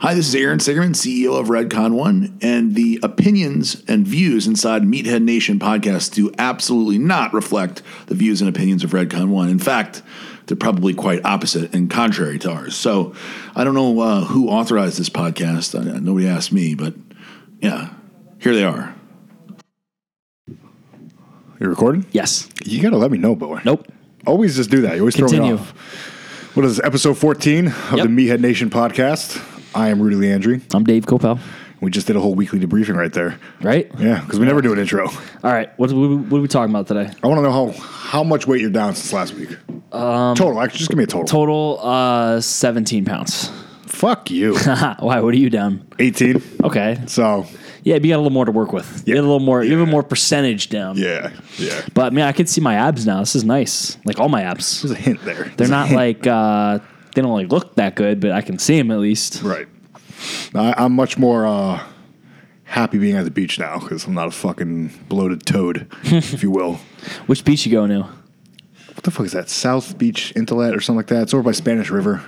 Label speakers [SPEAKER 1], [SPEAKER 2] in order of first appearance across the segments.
[SPEAKER 1] Hi, this is Aaron Sigerman, CEO of Redcon One, and the opinions and views inside Meathead Nation podcast do absolutely not reflect the views and opinions of Redcon One. In fact, they're probably quite opposite and contrary to ours. So I don't know uh, who authorized this podcast. Uh, nobody asked me, but yeah, here they are.
[SPEAKER 2] You recording?
[SPEAKER 3] Yes.
[SPEAKER 2] You gotta let me know, boy.
[SPEAKER 3] Nope.
[SPEAKER 2] Always just do that. You always throw
[SPEAKER 3] Continue.
[SPEAKER 2] me off. What is this, episode 14 of
[SPEAKER 3] Yep.
[SPEAKER 2] the Meathead Nation podcast? I am Rudy Leandri.
[SPEAKER 3] I'm Dave Copel.
[SPEAKER 2] We just did a whole weekly debriefing right there.
[SPEAKER 3] Right.
[SPEAKER 2] Yeah, because we never do an intro.
[SPEAKER 3] All right. What, what, what are we talking about today?
[SPEAKER 2] I want to know how, how much weight you're down since last week. total. Actually, just give me a total.
[SPEAKER 3] Um, Total uh, 17 pounds.
[SPEAKER 2] Fuck you.
[SPEAKER 3] Haha. Why? What are you down?
[SPEAKER 2] 18.
[SPEAKER 3] Okay.
[SPEAKER 2] So,
[SPEAKER 3] Yeah, but you got a little more to work with. You
[SPEAKER 2] Yeah.
[SPEAKER 3] got a little more. You have a more percentage down.
[SPEAKER 2] yeah, yeah.
[SPEAKER 3] But I mean, I can see my abs now. This is nice. Like all my abs.
[SPEAKER 2] There's a hint there.
[SPEAKER 3] They're not like uh, they don't like look that good, but I can see them at least.
[SPEAKER 2] Right. I, I'm much more uh, happy being at the beach now because I'm not a fucking bloated toad, if you will.
[SPEAKER 3] Which beach you going to?
[SPEAKER 2] What the fuck is that? South Beach Intellect or something like that? It's over by Spanish River.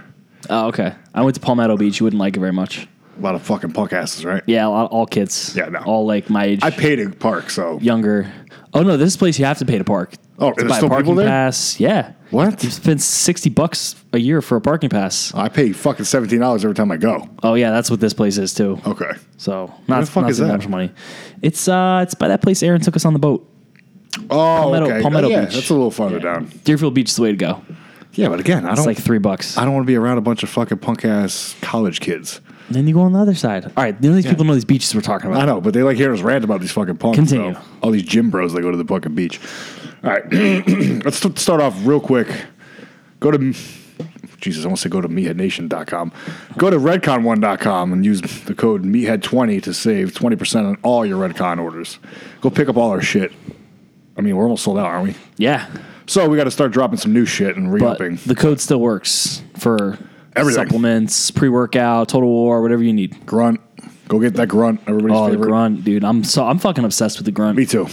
[SPEAKER 3] Oh, okay. I went to Palmetto Beach. You wouldn't like it very much.
[SPEAKER 2] A lot of fucking punk asses, right?
[SPEAKER 3] Yeah, all, all kids.
[SPEAKER 2] Yeah, no.
[SPEAKER 3] All like my age.
[SPEAKER 2] I paid to park, so
[SPEAKER 3] younger. Oh no, this place you have to pay to park.
[SPEAKER 2] Oh,
[SPEAKER 3] To
[SPEAKER 2] there's
[SPEAKER 3] buy a
[SPEAKER 2] still
[SPEAKER 3] parking
[SPEAKER 2] people there?
[SPEAKER 3] pass. Yeah.
[SPEAKER 2] What?
[SPEAKER 3] You spend sixty bucks a year for a parking pass.
[SPEAKER 2] I pay fucking seventeen dollars every time I go.
[SPEAKER 3] Oh yeah, that's what this place is too.
[SPEAKER 2] Okay.
[SPEAKER 3] So not,
[SPEAKER 2] Oh. the fuck
[SPEAKER 3] not
[SPEAKER 2] is
[SPEAKER 3] that
[SPEAKER 2] that?
[SPEAKER 3] much money. It's uh it's by that place Aaron took us on the boat.
[SPEAKER 2] Oh,
[SPEAKER 3] Palmetto-
[SPEAKER 2] okay.
[SPEAKER 3] Palmetto
[SPEAKER 2] yeah,
[SPEAKER 3] Beach.
[SPEAKER 2] that's a little farther
[SPEAKER 3] Yeah.
[SPEAKER 2] down.
[SPEAKER 3] Deerfield Beach is the way to go.
[SPEAKER 2] Yeah, but again, I
[SPEAKER 3] It's
[SPEAKER 2] don't.
[SPEAKER 3] like three bucks.
[SPEAKER 2] Oh. I don't want to be around a bunch of fucking punk ass college kids.
[SPEAKER 3] then you go on the other side. All right, none of these people know these beaches we're talking about.
[SPEAKER 2] I know, but they like hearing us rant about these fucking punks.
[SPEAKER 3] Continue.
[SPEAKER 2] though. All these gym bros that go to the fucking beach. All right, let's st- start off real quick. Go to m- Jesus. I want to say go to meatheadnation.com. Go to redcon1.com and use the code meathead20 to save twenty percent on all your redcon orders. Go pick up all our shit. I mean, we're almost sold out, aren't we?
[SPEAKER 3] Yeah,
[SPEAKER 2] So we got to start dropping some new shit and
[SPEAKER 3] but
[SPEAKER 2] re-upping.
[SPEAKER 3] the code still works for
[SPEAKER 2] Everything.
[SPEAKER 3] supplements, pre workout, total war, whatever you need.
[SPEAKER 2] grunt. Go get that grunt. Everybody's
[SPEAKER 3] Oh, the
[SPEAKER 2] favorite.
[SPEAKER 3] grunt, dude. I'm so I'm fucking obsessed with the grunt.
[SPEAKER 2] Me too.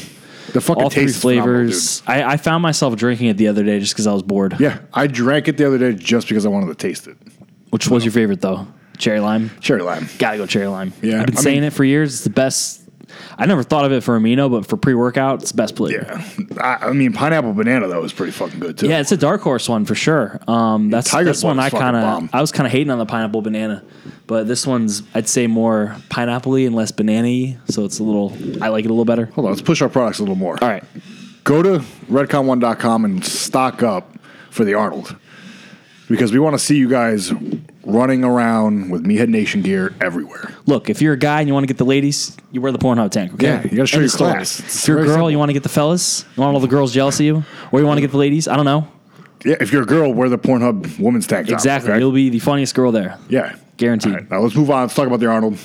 [SPEAKER 2] The fucking
[SPEAKER 3] all three
[SPEAKER 2] taste is phenomenal, dude.
[SPEAKER 3] flavors. I, I found myself drinking it the other day just because I was bored.
[SPEAKER 2] Yeah, I drank it the other day just because I wanted to taste it.
[SPEAKER 3] Which was your favorite though? Cherry lime.
[SPEAKER 2] Cherry lime.
[SPEAKER 3] Gotta go cherry lime.
[SPEAKER 2] Yeah,
[SPEAKER 3] I've been
[SPEAKER 2] I
[SPEAKER 3] saying
[SPEAKER 2] mean-
[SPEAKER 3] it for years. It's the best. I never thought of it for amino, but for pre workout, it's the best flavor.
[SPEAKER 2] Yeah, I, I mean pineapple banana though is pretty fucking good too.
[SPEAKER 3] Yeah, it's a dark horse one for sure. Um, that's
[SPEAKER 2] Tiger's
[SPEAKER 3] that's one
[SPEAKER 2] one is
[SPEAKER 3] I
[SPEAKER 2] fucking
[SPEAKER 3] kind
[SPEAKER 2] bomb.
[SPEAKER 3] of I was kind of hating on the pineapple banana, but this one's I'd say more pineapple-y and less banana-y, so it's a little I like it a little better.
[SPEAKER 2] Hold on, let's push our products a little more.
[SPEAKER 3] All right,
[SPEAKER 2] Go to redcon1.com and stock up for the Arnold because we want to see you guys running around with Meathead Nation gear everywhere.
[SPEAKER 3] look if you're a guy and you want to get the ladies, you wear the Pornhub tank. Okay,
[SPEAKER 2] Yeah, you gotta show
[SPEAKER 3] End
[SPEAKER 2] your
[SPEAKER 3] of story.
[SPEAKER 2] class. It's
[SPEAKER 3] If you're a
[SPEAKER 2] very
[SPEAKER 3] girl,
[SPEAKER 2] simple.
[SPEAKER 3] you want to get the fellas, you want all the girls jealous of you, or you want to get the ladies. I don't know
[SPEAKER 2] Yeah, if you're a girl, wear the Pornhub woman's tank top,
[SPEAKER 3] exactly.
[SPEAKER 2] okay?
[SPEAKER 3] You'll be the funniest girl there.
[SPEAKER 2] Yeah,
[SPEAKER 3] Guaranteed.
[SPEAKER 2] All right, now let's move on. Let's talk about the Arnold.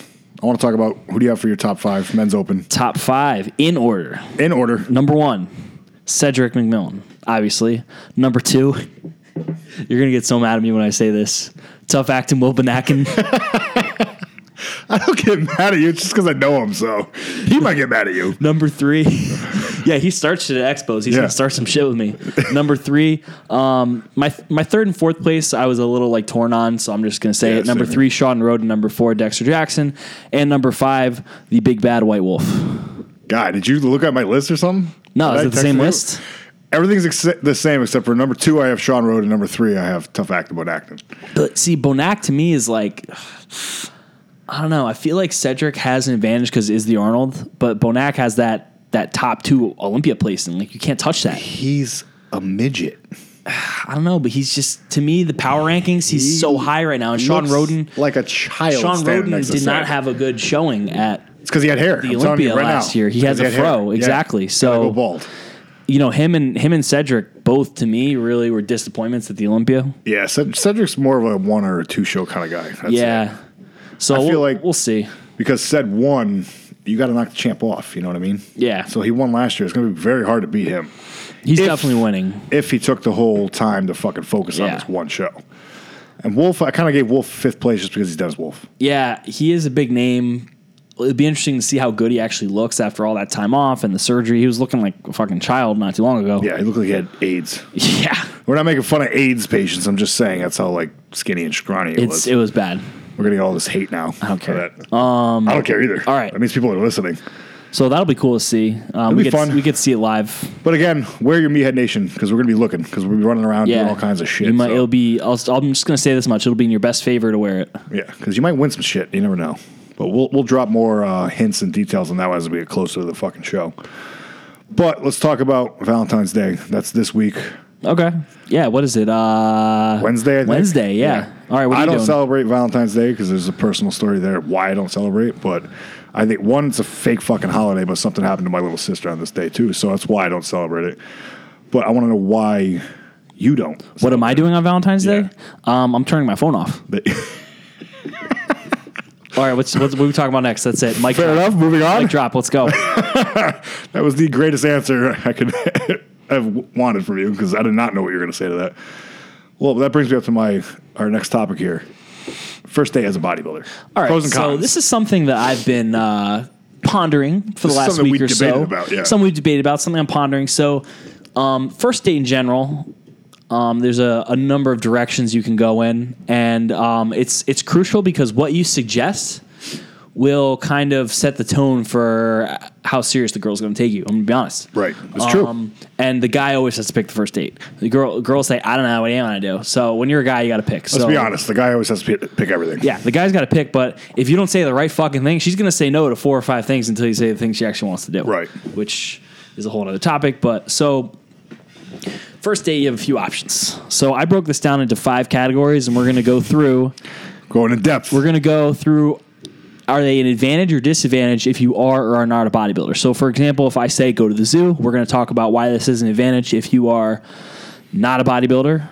[SPEAKER 2] I want to talk about who do you have for your top five men's open
[SPEAKER 3] Top five in order.
[SPEAKER 2] in order.
[SPEAKER 3] Number one, Cedric McMillan, obviously. Number two, you're gonna get so mad at me when I say this. Tough acting Will Benakin.
[SPEAKER 2] I don't get mad at you. It's just because I know him, so he might get mad at you.
[SPEAKER 3] Number three, yeah, he starts shit at expos. He's
[SPEAKER 2] Yeah.
[SPEAKER 3] gonna start some shit with me. Number three, um, my my third and fourth place, I was a little like torn on, so I'm just gonna say
[SPEAKER 2] Yeah,
[SPEAKER 3] it. Number
[SPEAKER 2] same.
[SPEAKER 3] three, Sean Roden. Number four, Dexter Jackson, and number five, the big bad White Wolf.
[SPEAKER 2] God, did you look at my list or something?
[SPEAKER 3] No,
[SPEAKER 2] Did I
[SPEAKER 3] is it the
[SPEAKER 2] text
[SPEAKER 3] same
[SPEAKER 2] you?
[SPEAKER 3] list?
[SPEAKER 2] Everything's ex- the same except for number two, I have Sean Road, and number three, I have Tough Act about acting.
[SPEAKER 3] But see, Bonac to me is like, I don't know. I feel like Cedric has an advantage because is the Arnold, but Bonac has that that top two Olympia place, and like you can't touch that.
[SPEAKER 2] He's a midget.
[SPEAKER 3] I don't know, but he's just to me the power rankings. He's so high right now, and Uh, Sean
[SPEAKER 2] Looks
[SPEAKER 3] Roden.
[SPEAKER 2] like a child.
[SPEAKER 3] Sean
[SPEAKER 2] standing
[SPEAKER 3] Roden
[SPEAKER 2] next to
[SPEAKER 3] did not
[SPEAKER 2] Seth.
[SPEAKER 3] have a good showing at
[SPEAKER 2] It's because he had hair.
[SPEAKER 3] the Olympia last year. He has a fro, exactly. So-
[SPEAKER 2] go bald.
[SPEAKER 3] you know him and him and Cedric both to me really were disappointments at the Olympia.
[SPEAKER 2] Yeah, Ced- Cedric's more of a one or a two show kind of guy. That's it.
[SPEAKER 3] yeah, so I
[SPEAKER 2] feel
[SPEAKER 3] we'll,
[SPEAKER 2] like-
[SPEAKER 3] we'll see.
[SPEAKER 2] because said one, you got to knock the champ off. You know what I mean?
[SPEAKER 3] Yeah.
[SPEAKER 2] So he won last year. It's going to be very hard to beat him.
[SPEAKER 3] He's
[SPEAKER 2] if-
[SPEAKER 3] definitely winning.
[SPEAKER 2] if he took the whole time to fucking focus on
[SPEAKER 3] Yeah.
[SPEAKER 2] this one show. And Wolf, I kind of gave Wolf fifth place just because he's Dennis Wolf.
[SPEAKER 3] Yeah, he is a big name. It'd be interesting to see how good he actually looks after all that time off and the surgery. He was looking like a fucking child not too long ago.
[SPEAKER 2] Yeah, he looked like he had AIDS.
[SPEAKER 3] Yeah.
[SPEAKER 2] We're not making fun of AIDS patients. I'm just saying that's how like skinny and scrawny he
[SPEAKER 3] It's
[SPEAKER 2] was.
[SPEAKER 3] it was bad.
[SPEAKER 2] We're gonna get all this hate now. I
[SPEAKER 3] don't care.
[SPEAKER 2] Um, I don't care either.
[SPEAKER 3] all right.
[SPEAKER 2] That means people are listening.
[SPEAKER 3] So that'll be cool to see. Um, we
[SPEAKER 2] be
[SPEAKER 3] get
[SPEAKER 2] fun.
[SPEAKER 3] we get to see it live.
[SPEAKER 2] But again, wear your meathead nation because we're gonna be looking because we'll be running around
[SPEAKER 3] Yeah,
[SPEAKER 2] doing all kinds of shit.
[SPEAKER 3] You might,
[SPEAKER 2] so-
[SPEAKER 3] It'll be. I'll, I'm just gonna say this much. It'll be in your best favor to wear it.
[SPEAKER 2] yeah, because you might win some shit. You never know. But we'll we'll drop more uh, hints and details on that as we get closer to the fucking show. But let's talk about Valentine's Day. That's this week,
[SPEAKER 3] Okay. Yeah. What is it? Uh,
[SPEAKER 2] Wednesday. I think.
[SPEAKER 3] Wednesday. Yeah. All right. What are
[SPEAKER 2] I
[SPEAKER 3] you
[SPEAKER 2] don't
[SPEAKER 3] doing?
[SPEAKER 2] celebrate Valentine's Day because there's a personal story there why I don't celebrate. But I think one, it's a fake fucking holiday, but something happened to my little sister on this day too, so that's why I don't celebrate it. But I want to know why you don't.
[SPEAKER 3] What am I doing on Valentine's
[SPEAKER 2] Yeah.
[SPEAKER 3] Day? Um, I'm turning my phone off.
[SPEAKER 2] But-
[SPEAKER 3] All right. What's, what's what are we talking about next? That's it. Mike.
[SPEAKER 2] Fair
[SPEAKER 3] drop.
[SPEAKER 2] enough. Moving on.
[SPEAKER 3] Mic drop. Let's go.
[SPEAKER 2] That was the greatest answer I could have wanted from you because I did not know what you were going to say to that. Well, that brings me up to my our next topic here. First day as a bodybuilder.
[SPEAKER 3] All right.
[SPEAKER 2] Pros and
[SPEAKER 3] so
[SPEAKER 2] cons.
[SPEAKER 3] this is something that I've been uh, pondering for
[SPEAKER 2] This is
[SPEAKER 3] the last
[SPEAKER 2] something
[SPEAKER 3] week
[SPEAKER 2] we
[SPEAKER 3] or so.
[SPEAKER 2] debated about, yeah.
[SPEAKER 3] Something we've debated about. Something I'm pondering. So, um, first date in general. Um, there's a, a number of directions you can go in, and um, it's it's crucial because what you suggest will kind of set the tone for how serious the girl's going to take you. I'm gonna be honest. Um,
[SPEAKER 2] Right. It's true.
[SPEAKER 3] And the guy always has to pick the first date. The girl girls say, "I don't know what I want to do." So when you're a guy, you got to pick.
[SPEAKER 2] Let's be honest. The guy always has to pick- pick everything.
[SPEAKER 3] Yeah, the guy's got to pick, but if you don't say the right fucking thing, she's going to say no to four or five things until you say the thing she actually wants to do.
[SPEAKER 2] Right.
[SPEAKER 3] Which is a whole other topic. But so, first date, you have a few options. So I broke this down into five categories, and we're going to go through.
[SPEAKER 2] Going in depth.
[SPEAKER 3] We're going to go through are they an advantage or disadvantage if you are or are not a bodybuilder? So, for example, if I say go to the zoo, we're going to talk about why this is an advantage if you are not a bodybuilder.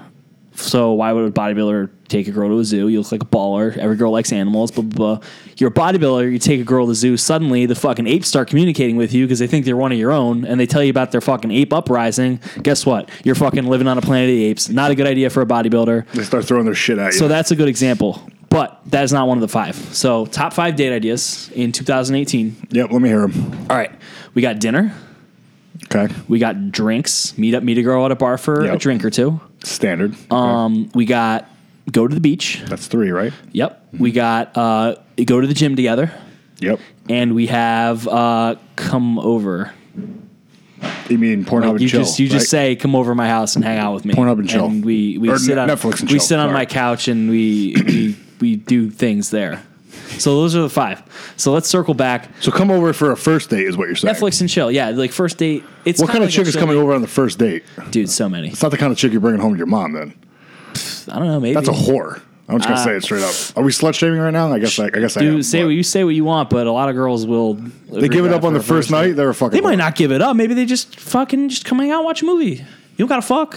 [SPEAKER 3] So, why would a bodybuilder take a girl to a zoo? You look like a baller. Every girl likes animals, blah, blah, blah. You're a bodybuilder, you take a girl to the zoo, suddenly the fucking apes start communicating with you because they think they're one of your own and they tell you about their fucking ape uprising. Guess what? You're fucking living on a planet of the apes. Not a good idea for a bodybuilder.
[SPEAKER 2] they start throwing their shit at you.
[SPEAKER 3] So that's a good example, but that is not one of the five. So top five date ideas in 2018.
[SPEAKER 2] yep. Let me hear him.
[SPEAKER 3] All right, we got dinner,
[SPEAKER 2] Okay.
[SPEAKER 3] we got drinks. Meet up, meet a girl at a bar for a
[SPEAKER 2] Yep.
[SPEAKER 3] drink or two.
[SPEAKER 2] Standard. okay.
[SPEAKER 3] Um, we got go to the beach.
[SPEAKER 2] That's three, right?
[SPEAKER 3] Yep.
[SPEAKER 2] Mm-hmm.
[SPEAKER 3] We got uh, go to the gym together,
[SPEAKER 2] Yep.
[SPEAKER 3] and we have uh, come over.
[SPEAKER 2] You mean Pornhub and
[SPEAKER 3] you
[SPEAKER 2] chill?
[SPEAKER 3] just you just
[SPEAKER 2] right?
[SPEAKER 3] say come over to my house and hang out with me.
[SPEAKER 2] Pornhub and chill.
[SPEAKER 3] we we
[SPEAKER 2] Or
[SPEAKER 3] sit
[SPEAKER 2] Ne-
[SPEAKER 3] on
[SPEAKER 2] Netflix and
[SPEAKER 3] we
[SPEAKER 2] chill,
[SPEAKER 3] sit on
[SPEAKER 2] sorry.
[SPEAKER 3] my couch and we we we do things there. So those are the five. So let's circle back.
[SPEAKER 2] So come over for a first date is what you're saying.
[SPEAKER 3] Netflix and chill. Yeah, like first date. It's
[SPEAKER 2] What kind
[SPEAKER 3] kinda
[SPEAKER 2] of
[SPEAKER 3] like
[SPEAKER 2] chick
[SPEAKER 3] a
[SPEAKER 2] is coming over on the first date?
[SPEAKER 3] Dude, so many.
[SPEAKER 2] It's not the kind of chick you're bringing home to your mom then.
[SPEAKER 3] I don't know. Maybe Uh,
[SPEAKER 2] That's a whore. I'm just gonna say it straight up. Are we slut shaming right now? I guess I, I guess I am.
[SPEAKER 3] Dude, say
[SPEAKER 2] but
[SPEAKER 3] what you say what you want, but a lot of girls will.
[SPEAKER 2] they give it up on the first night. They're a fucking.
[SPEAKER 3] They might
[SPEAKER 2] whore.
[SPEAKER 3] not give it up. Maybe they just fucking just come hang out, and watch a movie. You don't gotta fuck.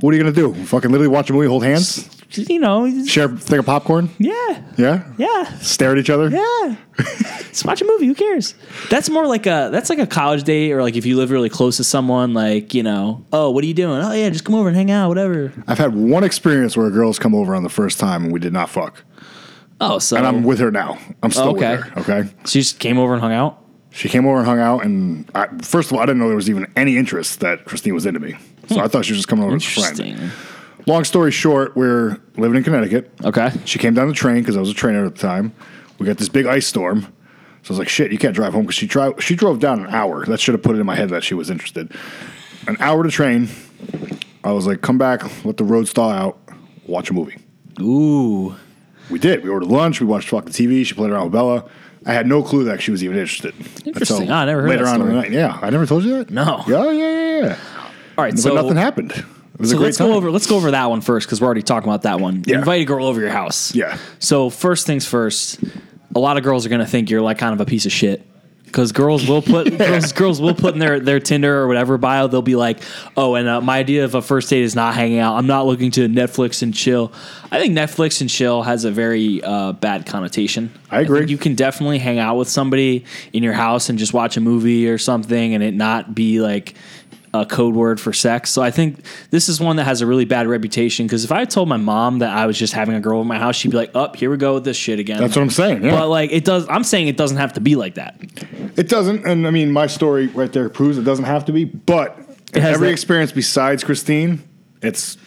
[SPEAKER 2] What are you gonna do? Fucking literally watch a movie, hold hands,
[SPEAKER 3] Just, You know. just-
[SPEAKER 2] share a thing of popcorn.
[SPEAKER 3] Yeah.
[SPEAKER 2] Yeah.
[SPEAKER 3] Yeah.
[SPEAKER 2] Stare at each other.
[SPEAKER 3] Yeah. Just watch a movie. Who cares? That's more like a that's like a college date or like if you live really close to someone, like you know, oh, what are you doing? Oh yeah, just come over and hang out, whatever.
[SPEAKER 2] I've had one experience where a girl's come over on the first time and we did not fuck,
[SPEAKER 3] Oh, so
[SPEAKER 2] and I'm with her now. I'm still
[SPEAKER 3] Okay.
[SPEAKER 2] with her. Okay.
[SPEAKER 3] she just came over and hung out.
[SPEAKER 2] She came over and hung out, and I, first of all, I didn't know there was even any interest that Christine was into me, so I thought she was just coming over as a friend.
[SPEAKER 3] Hmm. Interesting.
[SPEAKER 2] Long story short, we're living in Connecticut.
[SPEAKER 3] Okay.
[SPEAKER 2] She came down the train because I was a trainer at the time. We got this big ice storm. So I was like, shit, you can't drive home because she, dri- she drove down an hour. That should have put it in my head that she was interested. An hour to train. I was like, come back, let the road thaw out, watch a movie.
[SPEAKER 3] Ooh.
[SPEAKER 2] We did. We ordered lunch. We watched fucking TV. She played around with Bella. I had no clue that she was even interested.
[SPEAKER 3] Interesting. Ah, I never heard
[SPEAKER 2] Later
[SPEAKER 3] that
[SPEAKER 2] on in the
[SPEAKER 3] story.
[SPEAKER 2] night, yeah, I never told you that.
[SPEAKER 3] No.
[SPEAKER 2] Yeah, yeah, yeah. yeah.
[SPEAKER 3] All right.
[SPEAKER 2] But
[SPEAKER 3] So
[SPEAKER 2] nothing happened. It was
[SPEAKER 3] So
[SPEAKER 2] a great
[SPEAKER 3] let's
[SPEAKER 2] time.
[SPEAKER 3] go over let's go over that one first because we're already talking about that one.
[SPEAKER 2] Yeah.
[SPEAKER 3] Invite a girl over your house.
[SPEAKER 2] Yeah.
[SPEAKER 3] So first things first, a lot of girls are gonna think you're like kind of a piece of shit. Because girls will put girls, girls will put in their, their Tinder or whatever bio, they'll be like, "Oh, and uh, my idea of a first date is not hanging out. I'm not looking to Netflix and chill." I think Netflix and chill has a very uh, bad connotation.
[SPEAKER 2] I agree.
[SPEAKER 3] think you can definitely hang out with somebody in your house and just watch a movie or something, and it not be like a code word for sex. So I think this is one that has a really bad reputation because if I told my mom that I was just having a girl in my house, she'd be like, "Up, here we go with this shit again."
[SPEAKER 2] That's what I'm saying. Yeah.
[SPEAKER 3] But like it does, I'm saying it doesn't have to be like that.
[SPEAKER 2] It doesn't, and I mean, my story right there proves it doesn't have to be. But
[SPEAKER 3] has
[SPEAKER 2] every
[SPEAKER 3] that-
[SPEAKER 2] experience besides Christine, it's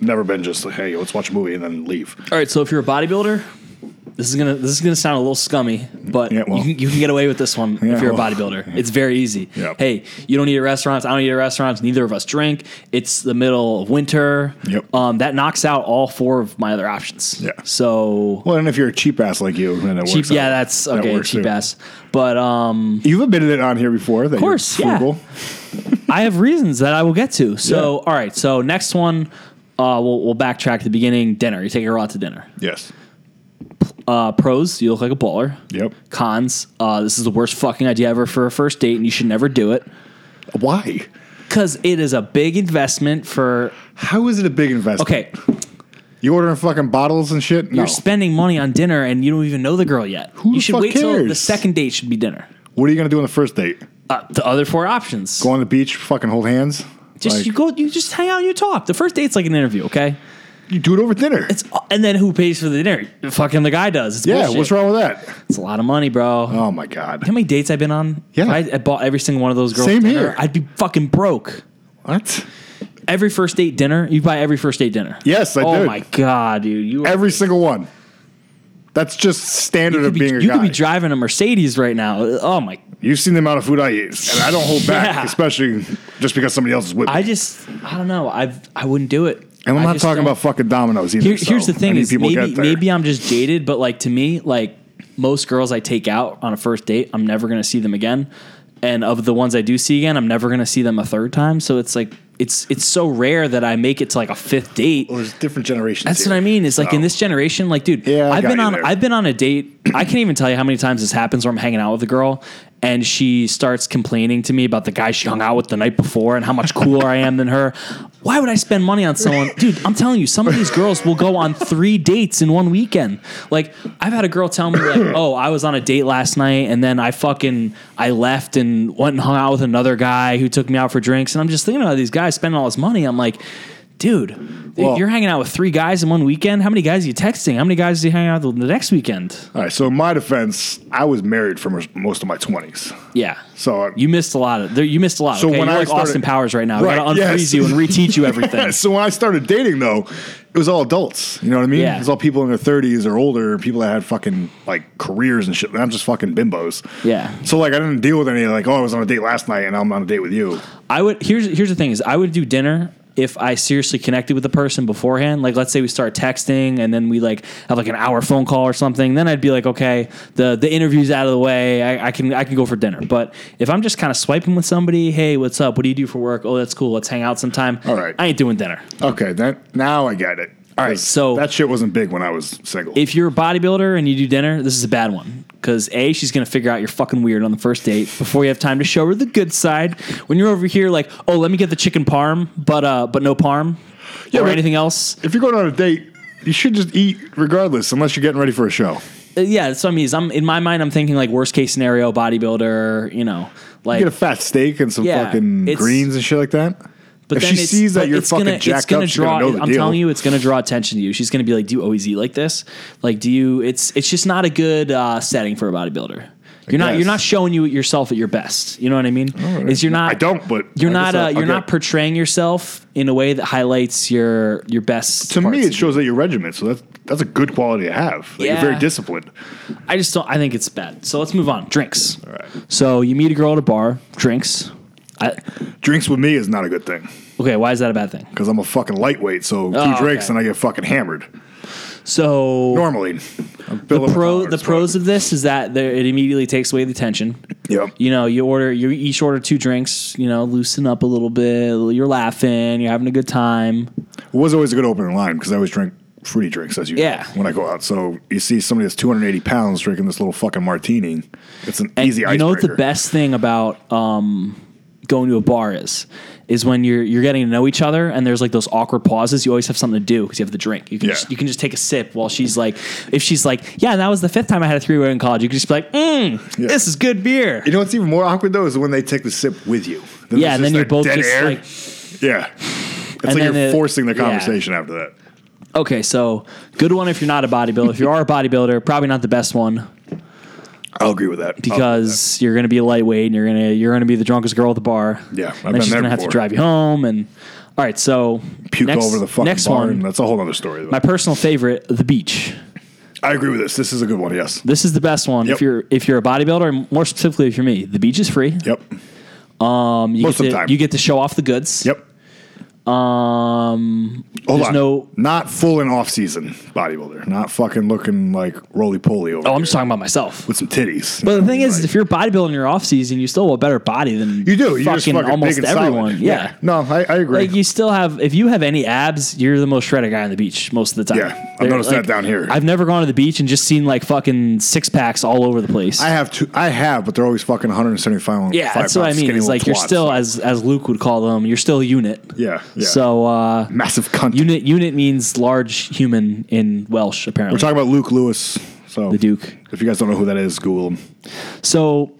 [SPEAKER 2] never been just like, hey, let's watch a movie and then leave.
[SPEAKER 3] All right, so if you're a bodybuilder, This is gonna this is gonna sound a little scummy, but
[SPEAKER 2] Yeah, well.
[SPEAKER 3] you, can, you can get away with this one
[SPEAKER 2] Yeah,
[SPEAKER 3] if you're
[SPEAKER 2] well.
[SPEAKER 3] a bodybuilder. It's very easy.
[SPEAKER 2] Yep.
[SPEAKER 3] Hey, you don't eat at restaurants. I don't eat at restaurants. Neither of us drink. It's the middle of winter.
[SPEAKER 2] Yep.
[SPEAKER 3] Um, that knocks out all four of my other options.
[SPEAKER 2] Yeah.
[SPEAKER 3] So
[SPEAKER 2] Well, and if you're a cheap ass like you, then it
[SPEAKER 3] cheap.
[SPEAKER 2] works. out.
[SPEAKER 3] Yeah, that's
[SPEAKER 2] That
[SPEAKER 3] okay.
[SPEAKER 2] works
[SPEAKER 3] cheap
[SPEAKER 2] too.
[SPEAKER 3] ass. But um,
[SPEAKER 2] You've admitted it on here before. That of
[SPEAKER 3] course,
[SPEAKER 2] you're
[SPEAKER 3] yeah.
[SPEAKER 2] frugal.
[SPEAKER 3] I have reasons that I will get to. So,
[SPEAKER 2] Yeah.
[SPEAKER 3] all right. So, next one, uh, we'll, we'll backtrack to the beginning. Dinner. You take a girl out to dinner.
[SPEAKER 2] Yes.
[SPEAKER 3] Uh, pros, you look like a baller.
[SPEAKER 2] Yep.
[SPEAKER 3] Cons, uh, this is the worst fucking idea ever for a first date, and you should never do it
[SPEAKER 2] Why?
[SPEAKER 3] because it is a big investment for.
[SPEAKER 2] How is it a big investment?
[SPEAKER 3] Okay,
[SPEAKER 2] You ordering fucking bottles and shit? No.
[SPEAKER 3] you're spending money on dinner, and you don't even know the girl yet.
[SPEAKER 2] Who
[SPEAKER 3] you
[SPEAKER 2] the
[SPEAKER 3] should
[SPEAKER 2] fuck
[SPEAKER 3] wait till the
[SPEAKER 2] cares?
[SPEAKER 3] second date should be dinner.
[SPEAKER 2] what are you gonna do on the first date?
[SPEAKER 3] Uh, the other four options.
[SPEAKER 2] Go on the beach, fucking hold hands.
[SPEAKER 3] just
[SPEAKER 2] Like,
[SPEAKER 3] you go, you just hang out, and you talk. The first date's like an interview, okay?
[SPEAKER 2] you do it over dinner.
[SPEAKER 3] It's and then who pays for the dinner? Fucking the guy does. It's
[SPEAKER 2] yeah.
[SPEAKER 3] bullshit.
[SPEAKER 2] What's wrong with that?
[SPEAKER 3] It's a lot of money, bro.
[SPEAKER 2] Oh my god.
[SPEAKER 3] How many dates I've been on?
[SPEAKER 2] Yeah.
[SPEAKER 3] If I, I bought every single one of those girls.
[SPEAKER 2] Same
[SPEAKER 3] dinner,
[SPEAKER 2] here.
[SPEAKER 3] I'd be fucking broke.
[SPEAKER 2] What?
[SPEAKER 3] Every first date dinner, you buy every first date dinner.
[SPEAKER 2] Yes, I
[SPEAKER 3] oh
[SPEAKER 2] did.
[SPEAKER 3] my god, dude, you are-
[SPEAKER 2] Every single one. That's just standard
[SPEAKER 3] you could
[SPEAKER 2] of
[SPEAKER 3] be,
[SPEAKER 2] being a
[SPEAKER 3] you
[SPEAKER 2] guy.
[SPEAKER 3] could be driving a Mercedes right now. Oh my,
[SPEAKER 2] You've seen the amount of food I eat, and I don't hold back,
[SPEAKER 3] Yeah.
[SPEAKER 2] especially just because somebody else is with me.
[SPEAKER 3] I just I don't know. I I wouldn't do it.
[SPEAKER 2] and I'm
[SPEAKER 3] I
[SPEAKER 2] not
[SPEAKER 3] just
[SPEAKER 2] talking
[SPEAKER 3] don't-
[SPEAKER 2] about fucking dominoes either.
[SPEAKER 3] Here,
[SPEAKER 2] so
[SPEAKER 3] here's the
[SPEAKER 2] I
[SPEAKER 3] thing:
[SPEAKER 2] need
[SPEAKER 3] is
[SPEAKER 2] people to
[SPEAKER 3] maybe
[SPEAKER 2] get there.
[SPEAKER 3] maybe I'm just jaded, but like to me, like most girls I take out on a first date, I'm never gonna see them again. And of the ones I do see again, I'm never gonna see them a third time. So it's like it's it's so rare that I make it to like a fifth date.
[SPEAKER 2] Well, there's different generations.
[SPEAKER 3] That's
[SPEAKER 2] here.
[SPEAKER 3] what I mean. It's like in
[SPEAKER 2] So-
[SPEAKER 3] this generation, like, dude,
[SPEAKER 2] Yeah, I
[SPEAKER 3] I've
[SPEAKER 2] got
[SPEAKER 3] been
[SPEAKER 2] you
[SPEAKER 3] on
[SPEAKER 2] there.
[SPEAKER 3] I've been on a date. I can't even tell you how many times this happens where I'm hanging out with a girl and she starts complaining to me about the guy she hung out with the night before and how much cooler I am than her. Why would I spend money on someone? Dude, I'm telling you, some of these girls will go on three dates in one weekend. Like, I've had a girl tell me, like, oh, I was on a date last night and then I fucking I left and went and hung out with another guy who took me out for drinks. And I'm just thinking about these guys spending all this money. I'm like, dude,
[SPEAKER 2] Well-
[SPEAKER 3] you're hanging out with three guys in one weekend. How many guys are you texting? How many guys are you hanging out with the next weekend?
[SPEAKER 2] All right. So in my defense, I was married for most- most of my twenties.
[SPEAKER 3] Yeah.
[SPEAKER 2] So I-
[SPEAKER 3] you missed a lot of there, you missed a lot.
[SPEAKER 2] So
[SPEAKER 3] okay?
[SPEAKER 2] when
[SPEAKER 3] you're
[SPEAKER 2] I
[SPEAKER 3] like
[SPEAKER 2] started-
[SPEAKER 3] Austin Powers right now. We
[SPEAKER 2] Right,
[SPEAKER 3] gotta unfreeze
[SPEAKER 2] yes.
[SPEAKER 3] you and reteach you everything.
[SPEAKER 2] so when I started dating, though, it was all adults. You know what I mean?
[SPEAKER 3] Yeah.
[SPEAKER 2] It was all people in their thirties or older, people that had fucking like careers and shit. And I'm just fucking bimbos.
[SPEAKER 3] Yeah.
[SPEAKER 2] So like, I didn't deal with any like, oh, I was on a date last night, and I'm on a date with you.
[SPEAKER 3] I would here's here's the thing is I would do dinner if I seriously connected with the person beforehand. Like let's say we start texting and then we like have like an hour phone call or something, then I'd be like, okay, the the interview's out of the way. I, I can I can go for dinner. But if I'm just kind of swiping with somebody, hey, what's up? What do you do for work? Oh, that's cool. Let's hang out sometime.
[SPEAKER 2] All right.
[SPEAKER 3] I ain't doing dinner.
[SPEAKER 2] Okay, that now I get it. All right,
[SPEAKER 3] so-
[SPEAKER 2] that shit wasn't big when I was single.
[SPEAKER 3] if you're a bodybuilder and you do dinner, this is a bad one. Because A, she's going to figure out you're fucking weird on the first date before you have time to show her the good side. When you're over here, like, oh, let me get the chicken parm, but uh, but no parm or
[SPEAKER 2] but-
[SPEAKER 3] anything else.
[SPEAKER 2] if you're going on a date, you should just eat regardless, unless you're getting ready for a show.
[SPEAKER 3] Uh, yeah, that's what I mean. Is I'm in my mind, I'm thinking like worst case scenario, bodybuilder. You know, like
[SPEAKER 2] Get a fat steak and some
[SPEAKER 3] Yeah,
[SPEAKER 2] fucking
[SPEAKER 3] it's-
[SPEAKER 2] greens and shit like that.
[SPEAKER 3] But
[SPEAKER 2] if
[SPEAKER 3] then
[SPEAKER 2] she
[SPEAKER 3] it's-
[SPEAKER 2] sees that
[SPEAKER 3] but
[SPEAKER 2] you're
[SPEAKER 3] it's
[SPEAKER 2] fucking
[SPEAKER 3] gonna,
[SPEAKER 2] jacked
[SPEAKER 3] it's gonna
[SPEAKER 2] up, she's
[SPEAKER 3] draw,
[SPEAKER 2] gonna know the
[SPEAKER 3] I'm
[SPEAKER 2] deal.
[SPEAKER 3] telling you, it's gonna draw attention to you. She's gonna be like, "Do you always eat like this? Like, do you?" It's it's just not a good uh, setting for a bodybuilder. You're not you're
[SPEAKER 2] guess.
[SPEAKER 3] not showing you yourself at your best. You know what I mean? Is you're not
[SPEAKER 2] I don't, but
[SPEAKER 3] you're
[SPEAKER 2] I
[SPEAKER 3] not
[SPEAKER 2] guess I'll-
[SPEAKER 3] uh,
[SPEAKER 2] I'll
[SPEAKER 3] you're
[SPEAKER 2] get
[SPEAKER 3] not
[SPEAKER 2] it.
[SPEAKER 3] portraying yourself in a way that highlights your your best.
[SPEAKER 2] to
[SPEAKER 3] parts
[SPEAKER 2] me, it
[SPEAKER 3] of you.
[SPEAKER 2] shows that you're regimented. So that's that's a good quality to have. Like,
[SPEAKER 3] Yeah.
[SPEAKER 2] You're very disciplined.
[SPEAKER 3] I just don't. I think it's bad. So let's move on. Drinks. All right. So you meet a girl at a bar. Drinks. I,
[SPEAKER 2] Drinks with me is not a good thing
[SPEAKER 3] okay, why is that a bad thing?
[SPEAKER 2] because I'm a fucking lightweight. So two
[SPEAKER 3] Oh,
[SPEAKER 2] drinks and
[SPEAKER 3] okay.
[SPEAKER 2] I get fucking hammered.
[SPEAKER 3] So
[SPEAKER 2] Normally, I'm
[SPEAKER 3] the pro the pros of this is that there, it immediately takes away the tension.
[SPEAKER 2] Yep.
[SPEAKER 3] You know, you order you each order two drinks. You know, loosen up a little bit. You're laughing. You're having a good time.
[SPEAKER 2] It was always a good opening line because I always drink fruity drinks as you
[SPEAKER 3] Yeah.
[SPEAKER 2] when I go out. So you see somebody that's 280 pounds drinking this little fucking martini. It's an
[SPEAKER 3] And
[SPEAKER 2] easy
[SPEAKER 3] you
[SPEAKER 2] icebreaker.
[SPEAKER 3] know what the best thing about um, going to a bar is is when you're you're getting to know each other and there's like those awkward pauses. You always have something to do because you have the drink. You can
[SPEAKER 2] Yeah.
[SPEAKER 3] just, you can just take a sip while she's like, if she's like, yeah, that was the fifth time I had a three way in college. You can just be like, mm,
[SPEAKER 2] Yeah.
[SPEAKER 3] this is good beer.
[SPEAKER 2] You know what's even more awkward though is when they take the sip with you. Then there's
[SPEAKER 3] yeah, and then
[SPEAKER 2] that
[SPEAKER 3] you're both
[SPEAKER 2] dead
[SPEAKER 3] just
[SPEAKER 2] air.
[SPEAKER 3] like.
[SPEAKER 2] yeah. It's
[SPEAKER 3] And
[SPEAKER 2] like
[SPEAKER 3] then
[SPEAKER 2] you're
[SPEAKER 3] it-
[SPEAKER 2] forcing the
[SPEAKER 3] yeah.
[SPEAKER 2] conversation after that.
[SPEAKER 3] Okay, so good one if you're not a bodybuilder. if you are a bodybuilder, probably not the best one
[SPEAKER 2] I'll agree with that I'll-
[SPEAKER 3] because you're going to be a lightweight and you're going to you're going to be the drunkest girl at the bar.
[SPEAKER 2] Yeah, I've
[SPEAKER 3] I've and
[SPEAKER 2] been
[SPEAKER 3] then she's
[SPEAKER 2] there
[SPEAKER 3] going to have to
[SPEAKER 2] before.
[SPEAKER 3] drive you home. And all right, so
[SPEAKER 2] puke
[SPEAKER 3] next-
[SPEAKER 2] over the fucking
[SPEAKER 3] next
[SPEAKER 2] bar,
[SPEAKER 3] one.
[SPEAKER 2] and that's a whole other story. Though.
[SPEAKER 3] My personal favorite, the beach.
[SPEAKER 2] I agree with this. This is a good one. Yes.
[SPEAKER 3] This is the best one if
[SPEAKER 2] Yep.
[SPEAKER 3] you're if you're a bodybuilder, and more specifically if you're me. The beach is free.
[SPEAKER 2] Yep.
[SPEAKER 3] Um, you
[SPEAKER 2] Most
[SPEAKER 3] get
[SPEAKER 2] of
[SPEAKER 3] to,
[SPEAKER 2] the time.
[SPEAKER 3] you get to show off the goods.
[SPEAKER 2] Yep.
[SPEAKER 3] Um,
[SPEAKER 2] Hold
[SPEAKER 3] there's
[SPEAKER 2] on.
[SPEAKER 3] no.
[SPEAKER 2] not full and off season bodybuilder. Not fucking looking like roly poly over
[SPEAKER 3] Oh, I'm
[SPEAKER 2] here
[SPEAKER 3] just talking about myself.
[SPEAKER 2] with some titties.
[SPEAKER 3] But the thing is,
[SPEAKER 2] Like-
[SPEAKER 3] if you're bodybuilding in your off season, you still have a better body than
[SPEAKER 2] you do, you're just
[SPEAKER 3] fucking
[SPEAKER 2] fucking
[SPEAKER 3] almost
[SPEAKER 2] big and solid.
[SPEAKER 3] everyone. Yeah.
[SPEAKER 2] No, I, I agree.
[SPEAKER 3] Like you still have, if you have any abs, you're the most shredded guy on the beach most of the time.
[SPEAKER 2] Yeah, I've noticed that down here.
[SPEAKER 3] I've never gone to the beach and just seen like fucking six packs all over the place.
[SPEAKER 2] I have two. I have, but they're always fucking 175.
[SPEAKER 3] yeah, that's what I mean. It's like you're still, as as Luke would call them, you're still a unit.
[SPEAKER 2] Yeah, yeah.
[SPEAKER 3] So uh,
[SPEAKER 2] massive cunt.
[SPEAKER 3] unit unit means large human in Welsh apparently.
[SPEAKER 2] We're talking about Luke Lewis. So
[SPEAKER 3] the Duke.
[SPEAKER 2] If you guys don't know who that is, Google him.
[SPEAKER 3] So,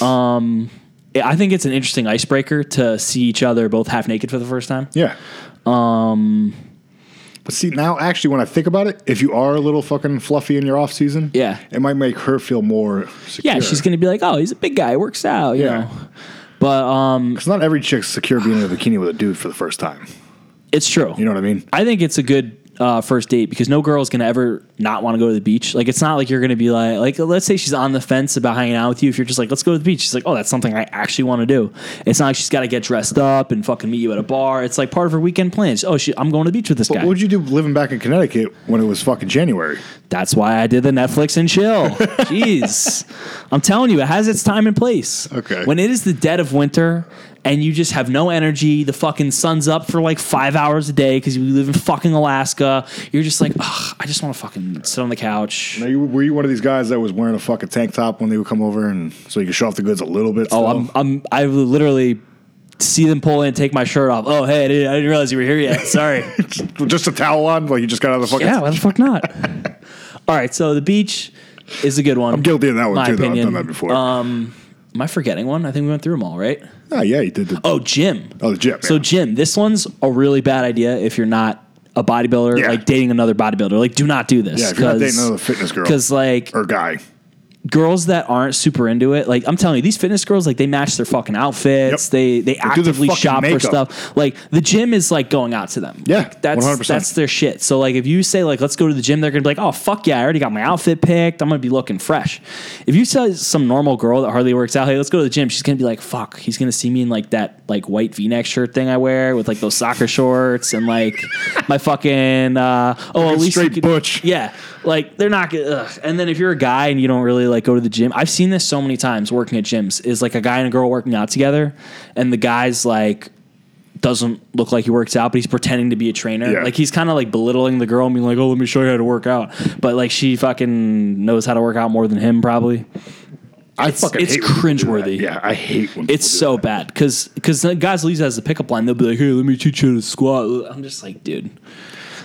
[SPEAKER 3] um, I think it's an interesting icebreaker to see each other both half naked for the first time.
[SPEAKER 2] Yeah. Um.
[SPEAKER 3] Um,
[SPEAKER 2] But see, now actually, when I think about it, if you are a little fucking fluffy in your off season,
[SPEAKER 3] Yeah.
[SPEAKER 2] it might make her feel more secure.
[SPEAKER 3] Yeah, she's gonna be like, "Oh, he's a big guy, works out," you
[SPEAKER 2] Yeah.
[SPEAKER 3] know. But um,
[SPEAKER 2] Because not every chick's secure being in a bikini with a dude for the first time.
[SPEAKER 3] it's true.
[SPEAKER 2] You know what I mean?
[SPEAKER 3] I think it's a good uh, first date because no girl is going to ever not want to go to the beach. Like, it's not like you're going to be like, like, let's say she's on the fence about hanging out with you. If you're just like, let's go to the beach, she's like, oh, that's something I actually want to do. It's not like she's got to get dressed up and fucking meet you at a bar. It's like part of her weekend plans. Oh, she, I'm going to the beach with this guy.
[SPEAKER 2] What would you do living back in Connecticut when it was fucking January?
[SPEAKER 3] that's why I did the Netflix and chill. Jeez. I'm telling you, it has its time and place.
[SPEAKER 2] Okay.
[SPEAKER 3] When it is the dead of winter and you just have no energy, the fucking sun's up for like five hours a day because you live in fucking Alaska, you're just like, Ugh, I just want to fucking sit on the couch.
[SPEAKER 2] Now, you, were you one of these guys that was wearing a fucking tank top when they would come over, and so you could show off the goods a little bit?
[SPEAKER 3] Oh, I'm, I'm, I literally see them pull in, take my shirt off. Oh, hey, I didn't, I didn't realize you were here yet. Sorry.
[SPEAKER 2] I'm just a towel on, like you just got out of the fucking.
[SPEAKER 3] yeah, why the fuck not? All right, so the beach is a good one. I'm
[SPEAKER 2] guilty of that one, too, though. I've done that before.
[SPEAKER 3] Um, am I forgetting one? I think we went through them all, right?
[SPEAKER 2] Ah, yeah, you did. The,
[SPEAKER 3] Oh, Jim.
[SPEAKER 2] oh, the gym.
[SPEAKER 3] So
[SPEAKER 2] yeah.
[SPEAKER 3] Jim, this one's a really bad idea if you're not a bodybuilder,
[SPEAKER 2] Yeah.
[SPEAKER 3] like dating another bodybuilder. Like, do not do this.
[SPEAKER 2] Yeah, if you're not dating another fitness girl.
[SPEAKER 3] Because like
[SPEAKER 2] or guy.
[SPEAKER 3] girls that aren't super into it, like I'm telling you, these fitness girls, like they match their fucking outfits.
[SPEAKER 2] Yep.
[SPEAKER 3] They they
[SPEAKER 2] do their
[SPEAKER 3] actively
[SPEAKER 2] fucking
[SPEAKER 3] shop
[SPEAKER 2] makeup.
[SPEAKER 3] for stuff. Like the gym is like going out to them.
[SPEAKER 2] Yeah,
[SPEAKER 3] Like, that's
[SPEAKER 2] 100%.
[SPEAKER 3] that's their shit. So like if you say like let's go to the gym, they're gonna be like, oh fuck yeah, I already got my outfit picked. I'm gonna be looking fresh. If you tell some normal girl that hardly works out, hey, let's go to the gym, she's gonna be like, fuck, he's gonna see me in like that like white V-neck shirt thing I wear with like those soccer shorts and like my fucking uh, oh at least you
[SPEAKER 2] straight
[SPEAKER 3] could-
[SPEAKER 2] butch.
[SPEAKER 3] yeah, like they're not. gonna- Ugh. And then if you're a guy and you don't really like go to the gym, I've seen this so many times working at gyms. Is like a guy and a girl working out together, and the guy's like doesn't look like he works out, but he's pretending to be a trainer.
[SPEAKER 2] Yeah.
[SPEAKER 3] Like he's kind of like belittling the girl and being like, "Oh, let me show you how to work out," but like she fucking knows how to work out more than him probably.
[SPEAKER 2] I
[SPEAKER 3] It's-
[SPEAKER 2] fucking
[SPEAKER 3] it's
[SPEAKER 2] hate when people do
[SPEAKER 3] cringeworthy.
[SPEAKER 2] that. Yeah, I hate when
[SPEAKER 3] It's
[SPEAKER 2] people
[SPEAKER 3] so bad because because the guys will use that as a pickup line. They'll be like, "Hey, let me teach you how to squat." I'm just like, dude.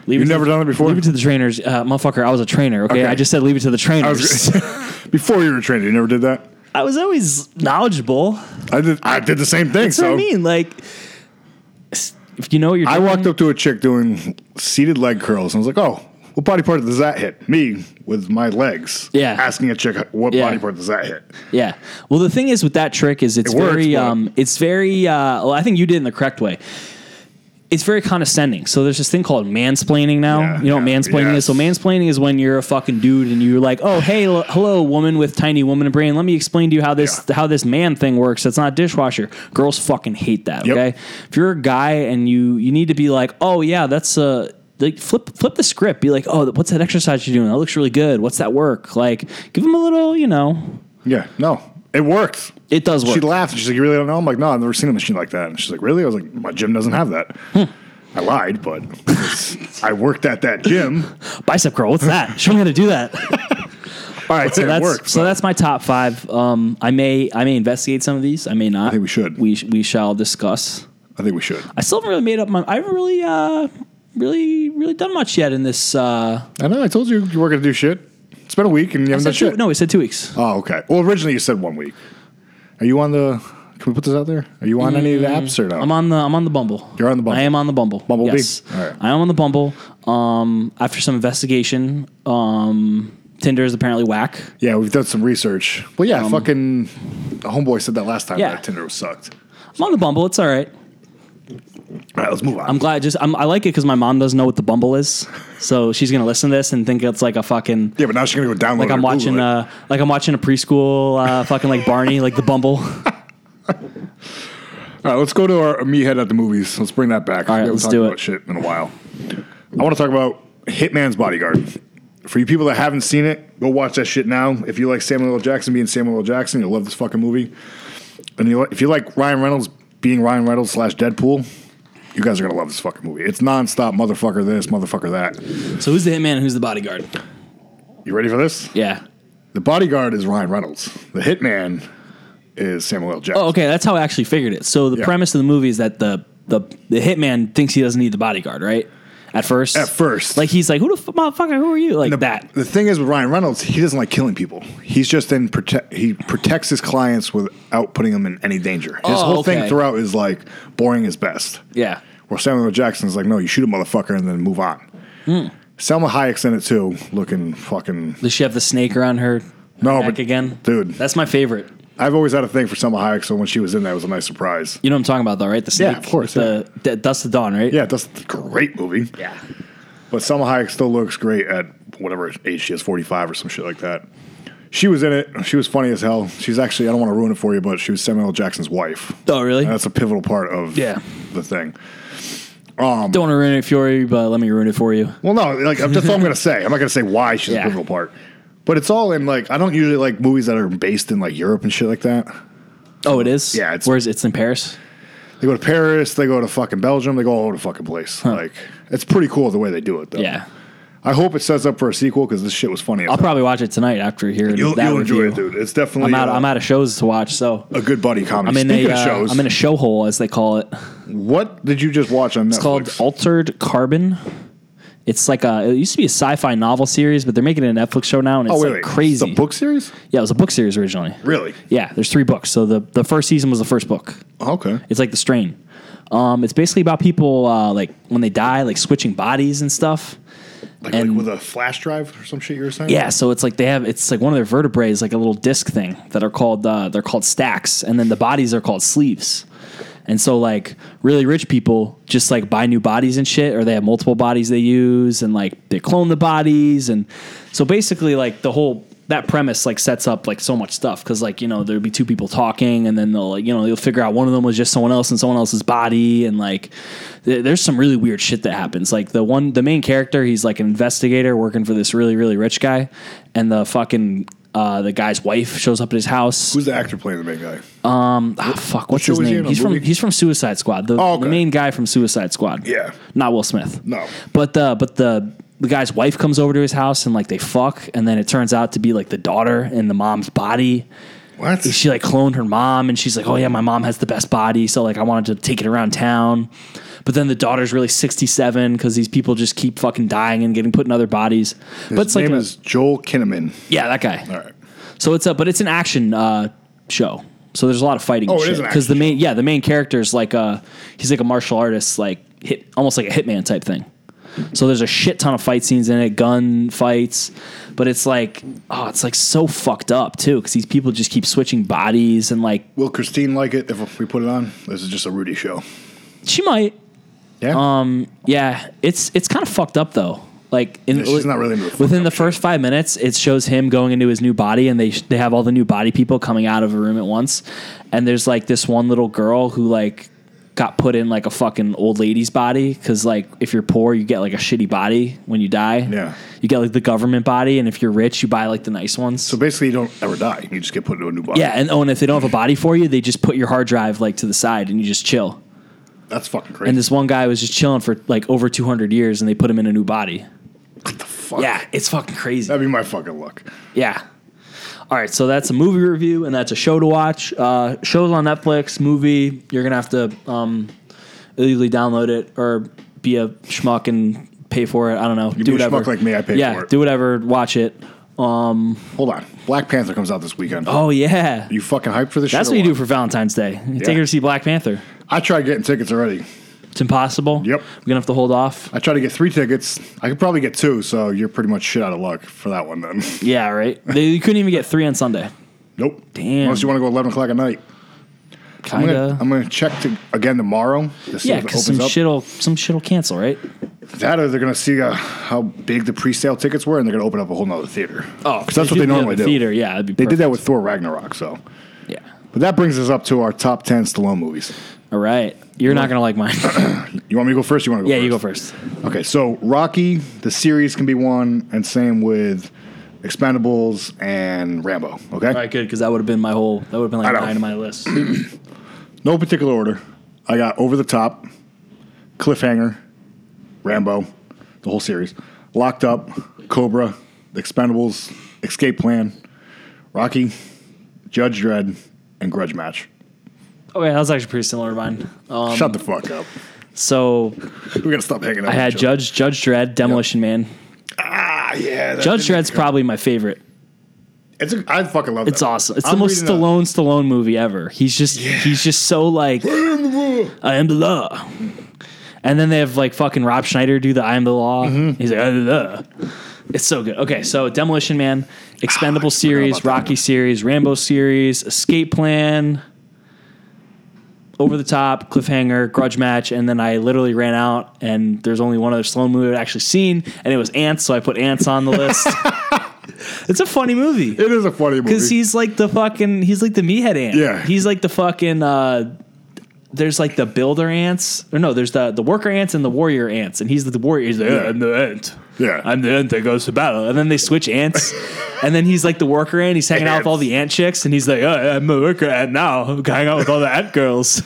[SPEAKER 3] Leave
[SPEAKER 2] You've
[SPEAKER 3] to
[SPEAKER 2] never
[SPEAKER 3] the-
[SPEAKER 2] done it before?
[SPEAKER 3] Leave it to the trainers, uh, motherfucker. I was a trainer. Okay?
[SPEAKER 2] Okay.
[SPEAKER 3] I just said leave it to the
[SPEAKER 2] do
[SPEAKER 3] trainers.
[SPEAKER 2] that. I was- before you were training, you never did that.
[SPEAKER 3] I was always knowledgeable.
[SPEAKER 2] I did. I did the same thing.
[SPEAKER 3] That's
[SPEAKER 2] so
[SPEAKER 3] what I mean. Like, s- if you know what you're
[SPEAKER 2] I
[SPEAKER 3] doing,
[SPEAKER 2] walked up to a chick doing seated leg curls, and I was like, "Oh, what body part does that hit?" Me with my legs.
[SPEAKER 3] Yeah.
[SPEAKER 2] Asking a chick, "What
[SPEAKER 3] Yeah.
[SPEAKER 2] body part does that hit?"
[SPEAKER 3] Yeah. Well, the thing is with that trick is it's
[SPEAKER 2] It works,
[SPEAKER 3] very,
[SPEAKER 2] but-
[SPEAKER 3] um, it's very. Uh, well, I think you did it in the correct way. It's very condescending. So there's this thing called mansplaining now.
[SPEAKER 2] Yeah,
[SPEAKER 3] you know
[SPEAKER 2] yeah,
[SPEAKER 3] what mansplaining
[SPEAKER 2] yes.
[SPEAKER 3] is? So mansplaining is when you're a fucking dude and you're like, oh hey, l- hello, woman with tiny woman brain. Let me explain to you how this
[SPEAKER 2] Yeah.
[SPEAKER 3] how this man thing works. That's not a dishwasher. Girls fucking hate that.
[SPEAKER 2] Yep.
[SPEAKER 3] Okay. If you're a guy and you you need to be like, oh yeah, that's a like flip flip the script. Be like, oh, what's that exercise you're doing? That looks really good. What's that work? Like, give them a little, you know.
[SPEAKER 2] Yeah. No, it worked.
[SPEAKER 3] It does work.
[SPEAKER 2] She laughed. and She's like, "You really don't know?" I'm like, "No, I've never seen a machine like that." And she's like, "Really?" I was like, "My gym doesn't have that."
[SPEAKER 3] Hmm.
[SPEAKER 2] I lied, but it's- I worked at that gym.
[SPEAKER 3] bicep curl. What's that? Show me how to do that. All right, so
[SPEAKER 2] It
[SPEAKER 3] that's
[SPEAKER 2] worked,
[SPEAKER 3] so
[SPEAKER 2] but-
[SPEAKER 3] that's my top five. Um, I may I may investigate some of these. I may not. I
[SPEAKER 2] think we should.
[SPEAKER 3] We sh- we shall discuss.
[SPEAKER 2] I think we should.
[SPEAKER 3] I still haven't really made up my. I haven't really uh really really done much yet in this. Uh,
[SPEAKER 2] I know. I told you you weren't gonna do shit. It's been a week and you haven't
[SPEAKER 3] said
[SPEAKER 2] done
[SPEAKER 3] two,
[SPEAKER 2] shit.
[SPEAKER 3] no, we said two weeks.
[SPEAKER 2] Oh, okay. Well, originally you said one week. Are you on the? Can we put this out there? Are you on any of the apps or no?
[SPEAKER 3] Mm, I'm on the I'm on the Bumble.
[SPEAKER 2] You're on the Bumble.
[SPEAKER 3] I am on the Bumble.
[SPEAKER 2] Bumblebee?
[SPEAKER 3] Yes.
[SPEAKER 2] All right.
[SPEAKER 3] I am on the Bumble. Um, after some investigation, um, Tinder is apparently whack.
[SPEAKER 2] yeah, we've done some research. Well, yeah, fucking homeboy said that last time
[SPEAKER 3] Um, yeah.
[SPEAKER 2] that Tinder was sucked.
[SPEAKER 3] I'm on the Bumble. It's all right.
[SPEAKER 2] All right, let's move on.
[SPEAKER 3] I'm glad. Just I'm, I like it because my mom doesn't know what the Bumble is, so she's gonna listen to this and think it's like a fucking
[SPEAKER 2] yeah, but now she's gonna go download.
[SPEAKER 3] like
[SPEAKER 2] it
[SPEAKER 3] I'm
[SPEAKER 2] or Google
[SPEAKER 3] watching
[SPEAKER 2] it.
[SPEAKER 3] uh like I'm watching a preschool uh fucking like Barney like the Bumble. All
[SPEAKER 2] All right, let's go to our me head at the movies. Let's bring that back.
[SPEAKER 3] All right,
[SPEAKER 2] We haven't
[SPEAKER 3] let's
[SPEAKER 2] talked
[SPEAKER 3] do
[SPEAKER 2] about
[SPEAKER 3] it.
[SPEAKER 2] Shit in a while. I want to talk about Hitman's Bodyguard. For you people that haven't seen it, go watch that shit now. If you like Samuel L. Jackson being Samuel L. Jackson, you'll love this fucking movie. And you, if you like Ryan Reynolds being Ryan Reynolds slash Deadpool, you guys are gonna love this fucking movie. It's nonstop, motherfucker this, motherfucker that.
[SPEAKER 3] So who's the hitman and who's the bodyguard?
[SPEAKER 2] You ready for this?
[SPEAKER 3] Yeah.
[SPEAKER 2] The bodyguard is Ryan Reynolds. The hitman is Samuel L. Jackson.
[SPEAKER 3] Oh, okay. That's how I actually figured it. So the
[SPEAKER 2] Yeah.
[SPEAKER 3] premise of the movie is that the the the hitman thinks he doesn't need the bodyguard, right? At first.
[SPEAKER 2] At first,
[SPEAKER 3] Like he's like, who the f- motherfucker? Who are you? Like
[SPEAKER 2] the,
[SPEAKER 3] that.
[SPEAKER 2] The thing is with Ryan Reynolds, he doesn't like killing people. He's just in protect. He protects his clients without putting them in any danger. His
[SPEAKER 3] Oh,
[SPEAKER 2] whole
[SPEAKER 3] okay.
[SPEAKER 2] thing throughout is like boring is best.
[SPEAKER 3] Yeah.
[SPEAKER 2] Where Samuel L. Jackson's like, no, you shoot a motherfucker and then move on.
[SPEAKER 3] Hmm.
[SPEAKER 2] Selma Hayek's in it too, looking fucking.
[SPEAKER 3] Does she have the snake around her
[SPEAKER 2] No,
[SPEAKER 3] neck
[SPEAKER 2] but
[SPEAKER 3] again?
[SPEAKER 2] dude.
[SPEAKER 3] That's my favorite.
[SPEAKER 2] I've always had a thing for Selma Hayek, so when she was in that, it was a nice surprise.
[SPEAKER 3] You know what I'm talking about though, right? The snake.
[SPEAKER 2] Yeah, of course,
[SPEAKER 3] with The, the Dust of Dawn, right?
[SPEAKER 2] Yeah, that's a great movie.
[SPEAKER 3] Yeah.
[SPEAKER 2] But Selma Hayek still looks great at whatever age she is, 45 or some shit like that. She was in it. She was funny as hell. She's actually, I don't want to ruin it for you, but she was Samuel L. Jackson's wife.
[SPEAKER 3] Oh really?
[SPEAKER 2] And that's a pivotal part of
[SPEAKER 3] Yeah.
[SPEAKER 2] the thing.
[SPEAKER 3] Don't want to ruin it for you, but let me ruin it for you.
[SPEAKER 2] Well, no, like that's all I'm gonna say. I'm not gonna say why she's
[SPEAKER 3] Yeah.
[SPEAKER 2] a pivotal part. But it's all in like I don't usually like movies that are based in like Europe and shit like that.
[SPEAKER 3] Oh, it is.
[SPEAKER 2] Yeah, it's-
[SPEAKER 3] Where's it's in Paris?
[SPEAKER 2] They go to Paris, they go to fucking Belgium, they go all over the fucking place. Like it's pretty cool the way they do it though.
[SPEAKER 3] Yeah.
[SPEAKER 2] I hope it sets up for a sequel because this shit was funny. as
[SPEAKER 3] I'll
[SPEAKER 2] hell.
[SPEAKER 3] probably watch it tonight after hearing
[SPEAKER 2] you'll
[SPEAKER 3] that
[SPEAKER 2] you'll enjoy
[SPEAKER 3] review.
[SPEAKER 2] it, dude. It's definitely
[SPEAKER 3] I'm out.
[SPEAKER 2] uh,
[SPEAKER 3] I'm out of shows to watch, so
[SPEAKER 2] a good buddy comedy.
[SPEAKER 3] I'm in
[SPEAKER 2] Speaking
[SPEAKER 3] a.
[SPEAKER 2] of
[SPEAKER 3] uh,
[SPEAKER 2] shows,
[SPEAKER 3] I'm in a show hole, as they call it.
[SPEAKER 2] what did you just watch on Netflix?
[SPEAKER 3] It's called Altered Carbon. It's like a. It used to be a sci-fi novel series, but they're making it a Netflix show now, and it's
[SPEAKER 2] oh, wait,
[SPEAKER 3] like
[SPEAKER 2] wait.
[SPEAKER 3] crazy.
[SPEAKER 2] It's a book series?
[SPEAKER 3] Yeah, it was a book series originally.
[SPEAKER 2] Really?
[SPEAKER 3] Yeah, there's three books. So the the first season was the first book.
[SPEAKER 2] Okay.
[SPEAKER 3] It's like The Strain. Um, it's basically about people uh, like when they die, like switching bodies and stuff.
[SPEAKER 2] Like,
[SPEAKER 3] and-
[SPEAKER 2] like with a flash drive or some shit you were saying?
[SPEAKER 3] Yeah, so it's like they have it's like one of their vertebrae is like a little disc thing that are called uh, they're called stacks, and then the bodies are called sleeves. And so like really rich people just like buy new bodies and shit, or they have multiple bodies they use, and like they clone the bodies, and so basically like the whole that premise like sets up like so much stuff because like you know there'll be two people talking and then they'll like you know they'll figure out one of them was just someone else in someone else's body and like th- there's some really weird shit that happens like the one the main character he's like an investigator working for this really really rich guy and the fucking uh, the guy's wife shows up at his house.
[SPEAKER 2] Who's the actor playing the main guy?
[SPEAKER 3] Ah, fuck, what's
[SPEAKER 2] show
[SPEAKER 3] his
[SPEAKER 2] was he in?
[SPEAKER 3] name?
[SPEAKER 2] A
[SPEAKER 3] He's from
[SPEAKER 2] movie?
[SPEAKER 3] he's from Suicide Squad. The,
[SPEAKER 2] Oh, okay.
[SPEAKER 3] the main guy from Suicide Squad.
[SPEAKER 2] Yeah.
[SPEAKER 3] not Will Smith.
[SPEAKER 2] No.
[SPEAKER 3] but the but the the guy's wife comes over to his house and like they fuck, and then it turns out to be like the daughter in the mom's body.
[SPEAKER 2] What?
[SPEAKER 3] She like cloned her mom, and she's like, "Oh yeah, my mom has the best body." So like, I wanted to take it around town, but then the daughter's really sixty-seven because these people just keep fucking dying and getting put in other bodies. but it's
[SPEAKER 2] His name
[SPEAKER 3] like, a-
[SPEAKER 2] is Joel Kinnaman.
[SPEAKER 3] yeah, that guy.
[SPEAKER 2] All right.
[SPEAKER 3] So it's a but it's an action uh, show. So there's a lot of fighting.
[SPEAKER 2] Oh, it is an
[SPEAKER 3] because the
[SPEAKER 2] action
[SPEAKER 3] main yeah the main character is like a he's like a martial artist like hit almost like a hitman type thing. So there's a shit ton of fight scenes in it, gun fights, but it's like oh it's like so fucked up too because these people just keep switching bodies and like
[SPEAKER 2] Will Christine like it if we put it on? This is just a Rudy show.
[SPEAKER 3] she might
[SPEAKER 2] Yeah.
[SPEAKER 3] Um, yeah it's it's kind of fucked up though. Like in,
[SPEAKER 2] Yeah, she's not really into the fucked
[SPEAKER 3] within
[SPEAKER 2] up
[SPEAKER 3] the first five minutes, it shows him going into his new body, and they they have all the new body people coming out of a room at once, and there's like this one little girl who like got put in like a fucking old lady's body because like if you're poor, you get like a shitty body when you die.
[SPEAKER 2] Yeah.
[SPEAKER 3] you get like the government body, and if you're rich, you buy like the nice ones.
[SPEAKER 2] so basically, you don't ever die. You just get put into a new body.
[SPEAKER 3] yeah, and oh, and if they don't have a body for you, they just put your hard drive like to the side, and you just chill.
[SPEAKER 2] That's fucking crazy.
[SPEAKER 3] And this one guy was just chilling for like over 200 years, and they put him in a new body.
[SPEAKER 2] Fuck.
[SPEAKER 3] Yeah, it's fucking crazy.
[SPEAKER 2] That'd be my fucking luck.
[SPEAKER 3] Yeah. All right, so that's a movie review and that's a show to watch. Uh, shows on Netflix, movie, you're going to have to um, illegally download it or be a schmuck and pay for it. I don't know. do
[SPEAKER 2] be a
[SPEAKER 3] whatever.
[SPEAKER 2] schmuck like me, I pay
[SPEAKER 3] yeah,
[SPEAKER 2] for it.
[SPEAKER 3] do whatever. Watch it.
[SPEAKER 2] Hold on. Black Panther comes out this weekend.
[SPEAKER 3] Oh, yeah.
[SPEAKER 2] You fucking hyped for this
[SPEAKER 3] That's
[SPEAKER 2] shit
[SPEAKER 3] what
[SPEAKER 2] or
[SPEAKER 3] you do for Valentine's Day. You
[SPEAKER 2] Yeah.
[SPEAKER 3] Take her to see Black Panther.
[SPEAKER 2] I tried getting tickets already.
[SPEAKER 3] It's impossible.
[SPEAKER 2] Yep.
[SPEAKER 3] We're going to have to hold off.
[SPEAKER 2] I tried to get three tickets. I could probably get two, so you're pretty much shit out of luck for that one then.
[SPEAKER 3] Yeah, right? They, you couldn't even get three on Sunday.
[SPEAKER 2] nope.
[SPEAKER 3] Damn.
[SPEAKER 2] Unless you want to go 11 o'clock at night. I'm
[SPEAKER 3] kind
[SPEAKER 2] gonna,
[SPEAKER 3] of.
[SPEAKER 2] I'm gonna check to, again tomorrow. to see
[SPEAKER 3] Yeah,
[SPEAKER 2] if it
[SPEAKER 3] because
[SPEAKER 2] opens
[SPEAKER 3] some shit'll some shit'll cancel, right?
[SPEAKER 2] That or they're going to see uh, how big the pre-sale tickets were, and they're going to open up a whole nother theater.
[SPEAKER 3] Oh,
[SPEAKER 2] because that's what they normally do.
[SPEAKER 3] Theater, yeah, that'd be
[SPEAKER 2] They did that
[SPEAKER 3] perfect.
[SPEAKER 2] with Thor Ragnarok. So,
[SPEAKER 3] Yeah.
[SPEAKER 2] but that brings us up to our top ten Stallone movies.
[SPEAKER 3] All right, you're not gonna like mine.
[SPEAKER 2] You want me to go first? Or you want to go?
[SPEAKER 3] yeah,
[SPEAKER 2] first?
[SPEAKER 3] you go first.
[SPEAKER 2] Okay, so Rocky the series can be one, and same with Expendables and Rambo. Okay,
[SPEAKER 3] All right, good because that would have been my whole. That would have been like
[SPEAKER 2] I know.
[SPEAKER 3] nine of my list.
[SPEAKER 2] no particular order. I got Over the Top, Cliffhanger, Rambo, the whole series, Locked Up, Cobra, Expendables, Escape Plan, Rocky, Judge Dredd, and Grudge Match.
[SPEAKER 3] okay, that was actually pretty similar to mine. Um,
[SPEAKER 2] Shut the fuck up.
[SPEAKER 3] so
[SPEAKER 2] We gotta stop hanging out.
[SPEAKER 3] I had Judge Judge Dredd, Demolition Man.
[SPEAKER 2] Ah, yeah. that
[SPEAKER 3] Judge
[SPEAKER 2] didn't-
[SPEAKER 3] Dredd's probably my favorite.
[SPEAKER 2] It's a, I fucking love.
[SPEAKER 3] It's
[SPEAKER 2] that.
[SPEAKER 3] awesome. It's
[SPEAKER 2] I'm
[SPEAKER 3] the most
[SPEAKER 2] reading a-
[SPEAKER 3] Stallone Stallone movie ever. He's just he's just so like I am the law. And then they have like fucking Rob Schneider do the I am the law.
[SPEAKER 2] Mm-hmm.
[SPEAKER 3] He's like I am the law. It's so good. Okay, so Demolition Man, Expendable series,
[SPEAKER 2] Ah, about that
[SPEAKER 3] Rocky series, Rambo series, Escape Plan, Over the Top, Cliffhanger, Grudge Match, and then I literally ran out and there's only one other Stallone movie I've actually seen, and it was Ants, so I put Ants on the list. it's a funny movie.
[SPEAKER 2] It is a funny movie.
[SPEAKER 3] Because he's like the fucking, he's like the meathead ant.
[SPEAKER 2] Yeah.
[SPEAKER 3] He's like the fucking, uh, there's like the builder ants, or no, there's the, the worker ants and the warrior ants. And he's the warrior. He's like,
[SPEAKER 2] Yeah.
[SPEAKER 3] "Yeah, I'm the ant.
[SPEAKER 2] Yeah.
[SPEAKER 3] I'm the ant that goes to battle. And then they switch ants. and then he's like the worker ant. He's hanging out with all the ant chicks. And he's like, oh, I'm a worker ant now. I'm hanging out with all the ant girls.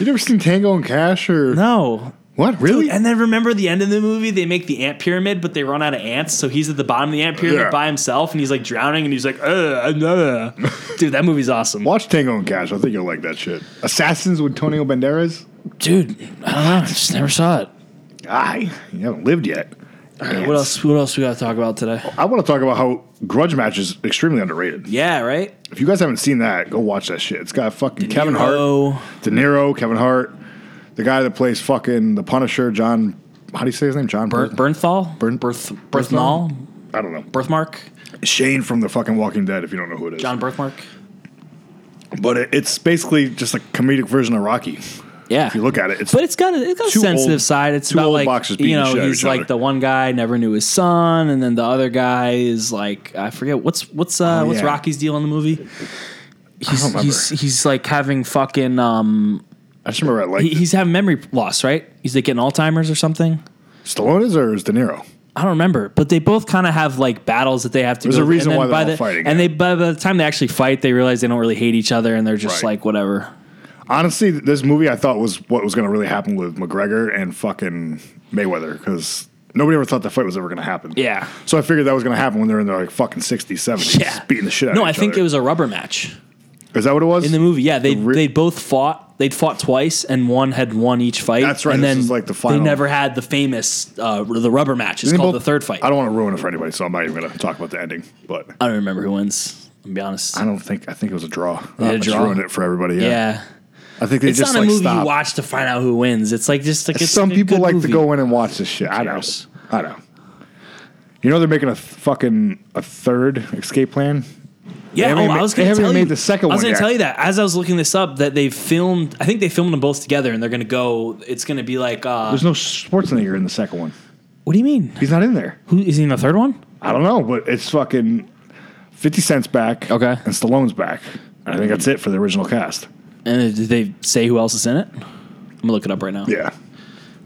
[SPEAKER 2] you never seen Tango and Cash or
[SPEAKER 3] No.
[SPEAKER 2] what? Really?
[SPEAKER 3] And then remember the end of the movie, they make the ant pyramid, but they run out of ants, so he's at the bottom of the ant pyramid
[SPEAKER 2] Yeah.
[SPEAKER 3] by himself, and he's like drowning, and he's like, uh, uh. dude, that movie's awesome.
[SPEAKER 2] Watch Tango and Cash. I think you'll like that shit. Assassins with Antonio Banderas.
[SPEAKER 3] Dude, I don't know, I just never saw it.
[SPEAKER 2] I you haven't lived yet.
[SPEAKER 3] What else? What else we got to talk about today?
[SPEAKER 2] I want to talk about how Grudge Match is extremely underrated.
[SPEAKER 3] Yeah, right.
[SPEAKER 2] If you guys haven't seen that, go watch that shit. It's got fucking Kevin Hart,
[SPEAKER 3] Nero.
[SPEAKER 2] De Niro, Kevin Hart, the guy that plays fucking the Punisher, John. How do you say his name? John
[SPEAKER 3] Ber-
[SPEAKER 2] Berth-
[SPEAKER 3] Bernthal,
[SPEAKER 2] Bern-
[SPEAKER 3] Berth,
[SPEAKER 2] Bernthal?
[SPEAKER 3] Berthnall,
[SPEAKER 2] I don't know.
[SPEAKER 3] Birthmark,
[SPEAKER 2] Shane from the fucking Walking Dead. If you don't know who it is,
[SPEAKER 3] John Birthmark.
[SPEAKER 2] but it, it's basically just a comedic version of Rocky.
[SPEAKER 3] Yeah,
[SPEAKER 2] If you look at it, it's
[SPEAKER 3] but it's got a, it's got a
[SPEAKER 2] Two
[SPEAKER 3] sensitive
[SPEAKER 2] old-
[SPEAKER 3] side. It's
[SPEAKER 2] two
[SPEAKER 3] about
[SPEAKER 2] old
[SPEAKER 3] like
[SPEAKER 2] boxers beating
[SPEAKER 3] you
[SPEAKER 2] the
[SPEAKER 3] know
[SPEAKER 2] shit out of
[SPEAKER 3] he's
[SPEAKER 2] each
[SPEAKER 3] like
[SPEAKER 2] other.
[SPEAKER 3] the one guy never knew his son, and then the other guy is like I forget what's what's uh, what's
[SPEAKER 2] yeah.
[SPEAKER 3] Rocky's deal in the movie. He's
[SPEAKER 2] remember.
[SPEAKER 3] he's he's like having fucking um
[SPEAKER 2] I just remember I like
[SPEAKER 3] he, he's having memory loss, right? He's like getting Alzheimer's or something.
[SPEAKER 2] Stallone is or is De Niro?
[SPEAKER 3] I don't remember, but they both kind of have like battles that they have to.
[SPEAKER 2] There's
[SPEAKER 3] go
[SPEAKER 2] a
[SPEAKER 3] through.
[SPEAKER 2] reason
[SPEAKER 3] and then
[SPEAKER 2] why they're
[SPEAKER 3] by
[SPEAKER 2] all
[SPEAKER 3] the,
[SPEAKER 2] fighting,
[SPEAKER 3] and
[SPEAKER 2] yeah.
[SPEAKER 3] they by the time they actually fight, they realize they don't really hate each other, and they're just
[SPEAKER 2] Right.
[SPEAKER 3] like whatever.
[SPEAKER 2] Honestly, this movie I thought was what was going to really happen with McGregor and fucking Mayweather because nobody ever thought that fight was ever going to happen.
[SPEAKER 3] Yeah.
[SPEAKER 2] So I figured that was going to happen when they're in their like fucking 60s, 70s,
[SPEAKER 3] Yeah,
[SPEAKER 2] beating the shit out
[SPEAKER 3] No,
[SPEAKER 2] of
[SPEAKER 3] I
[SPEAKER 2] each
[SPEAKER 3] think
[SPEAKER 2] other.
[SPEAKER 3] it was a rubber match.
[SPEAKER 2] Is that what it was?
[SPEAKER 3] in the movie. Yeah, they
[SPEAKER 2] re-
[SPEAKER 3] they both fought. They'd fought twice, and one had won each fight.
[SPEAKER 2] That's right,
[SPEAKER 3] And
[SPEAKER 2] this
[SPEAKER 3] then
[SPEAKER 2] is like the final-
[SPEAKER 3] They never had the famous uh, the rubber match. It's
[SPEAKER 2] They
[SPEAKER 3] called
[SPEAKER 2] both-
[SPEAKER 3] the third fight.
[SPEAKER 2] I don't want to ruin it for anybody, so I'm not even going to talk about the ending. But
[SPEAKER 3] I don't remember who wins. I'll be honest.
[SPEAKER 2] I don't think I think it was a draw.
[SPEAKER 3] had
[SPEAKER 2] I
[SPEAKER 3] a
[SPEAKER 2] just
[SPEAKER 3] draw?
[SPEAKER 2] ruined it for everybody. Yeah.
[SPEAKER 3] yeah,
[SPEAKER 2] I think they
[SPEAKER 3] it's
[SPEAKER 2] just
[SPEAKER 3] not a
[SPEAKER 2] like
[SPEAKER 3] movie
[SPEAKER 2] stopped.
[SPEAKER 3] you watch to find out who wins. It's like just like it's
[SPEAKER 2] Some
[SPEAKER 3] a
[SPEAKER 2] people
[SPEAKER 3] good
[SPEAKER 2] like
[SPEAKER 3] movie.
[SPEAKER 2] to go in and watch this shit. I know.
[SPEAKER 3] cares?
[SPEAKER 2] I know. You know they're making a th- fucking a third escape plan. They
[SPEAKER 3] Yeah,
[SPEAKER 2] haven't
[SPEAKER 3] oh,
[SPEAKER 2] even
[SPEAKER 3] I was
[SPEAKER 2] ma- they
[SPEAKER 3] going to
[SPEAKER 2] haven't
[SPEAKER 3] tell
[SPEAKER 2] even
[SPEAKER 3] you.
[SPEAKER 2] made the second
[SPEAKER 3] I was
[SPEAKER 2] one
[SPEAKER 3] going
[SPEAKER 2] yet.
[SPEAKER 3] to tell you that as I was looking this up that they filmed. I think they filmed them both together, and they're going to go. It's going to be like. Uh,
[SPEAKER 2] There's no Schwarzenegger in the second one.
[SPEAKER 3] what do you mean?
[SPEAKER 2] He's not in there.
[SPEAKER 3] Who is he in the third one?
[SPEAKER 2] I don't know, but it's fucking fifty cents back.
[SPEAKER 3] Okay.
[SPEAKER 2] and Stallone's back. And I think that's it for the original cast.
[SPEAKER 3] And did they say who else is in it? I'm gonna look it up right now.
[SPEAKER 2] Yeah,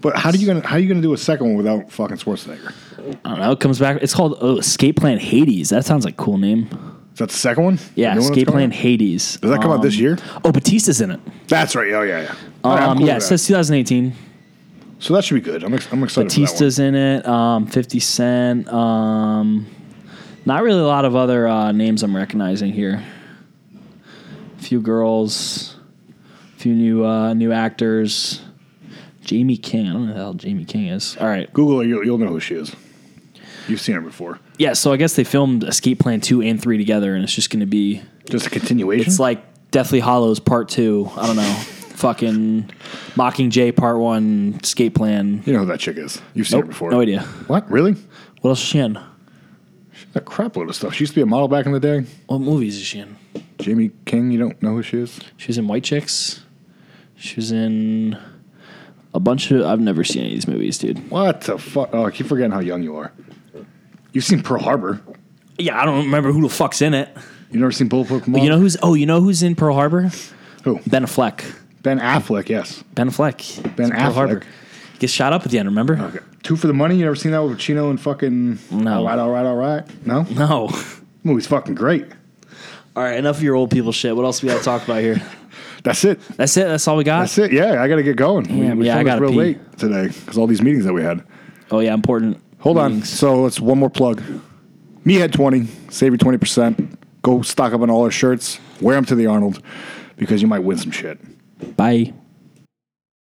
[SPEAKER 2] but how do you gonna how you gonna do a second one without fucking Schwarzenegger?
[SPEAKER 3] I don't know. It comes back. It's called oh, Escape Plan Hades. That sounds like a cool name.
[SPEAKER 2] Is that the second one?
[SPEAKER 3] Yeah,
[SPEAKER 2] The new one that's
[SPEAKER 3] Escape
[SPEAKER 2] coming
[SPEAKER 3] Plan Hades.
[SPEAKER 2] out? Does that come out this year?
[SPEAKER 3] Um, Oh, Batista's in it.
[SPEAKER 2] That's right. Oh yeah, yeah. All right, I'm
[SPEAKER 3] Um,
[SPEAKER 2] cool
[SPEAKER 3] yeah, it
[SPEAKER 2] with that.
[SPEAKER 3] says 2018.
[SPEAKER 2] so that should be good. I'm, ex- I'm excited. for that one.
[SPEAKER 3] Batista's in it. Um, 50 Cent. Um, not really a lot of other uh, names I'm recognizing here. few girls, few new uh, new actors. Jamie King. I don't know who the hell Jamie King is. All right.
[SPEAKER 2] Google her. You'll, you'll know who she is. You've seen her before.
[SPEAKER 3] Yeah, so I guess they filmed Escape Plan 2 and 3 together, and it's just going to be
[SPEAKER 2] Just a continuation.
[SPEAKER 3] It's like Deathly Hollows Part Two. I don't know. Fucking Mocking Jay Part One. Escape Plan.
[SPEAKER 2] you know who that chick is. You've seen her before.
[SPEAKER 3] No idea.
[SPEAKER 2] What? Really?
[SPEAKER 3] What else is she in?
[SPEAKER 2] A crapload of stuff. She used to be a model back in the day.
[SPEAKER 3] What movies is she in?
[SPEAKER 2] Jamie King. You don't know who she is?
[SPEAKER 3] She's in White Chicks. She was in a bunch of. I've never seen any of these movies, dude.
[SPEAKER 2] What the fuck? Oh, I keep forgetting how young you are. You've seen Pearl Harbor.
[SPEAKER 3] Yeah, I don't remember who the fuck's in it.
[SPEAKER 2] You've never seen Bulletproof Mall?
[SPEAKER 3] But you know who's? Oh, you know who's in Pearl Harbor?
[SPEAKER 2] who?
[SPEAKER 3] Ben Affleck.
[SPEAKER 2] Ben Affleck, yes.
[SPEAKER 3] Ben Affleck.
[SPEAKER 2] Ben
[SPEAKER 3] It's Pearl
[SPEAKER 2] Affleck.
[SPEAKER 3] Harbor. Gets shot up at the end. Remember?
[SPEAKER 2] Okay. Two for the Money. You ever seen that with Pacino and fucking.
[SPEAKER 3] No.
[SPEAKER 2] All right, all right, all right. No?
[SPEAKER 3] No.
[SPEAKER 2] Movie's fucking great.
[SPEAKER 3] All right, enough of your old people shit. What else we got to talk about here?
[SPEAKER 2] That's it.
[SPEAKER 3] That's it. That's all we got.
[SPEAKER 2] That's it. Yeah, I got to get going.
[SPEAKER 3] Damn, yeah, I
[SPEAKER 2] filmed this
[SPEAKER 3] gotta
[SPEAKER 2] real
[SPEAKER 3] pee.
[SPEAKER 2] late today because all these meetings that we had.
[SPEAKER 3] Oh yeah, important.
[SPEAKER 2] Hold on. So it's one more plug. Me had 20. Save your 20%. Go stock up on all our shirts. Wear them to the Arnold because you might win some shit.
[SPEAKER 3] Bye.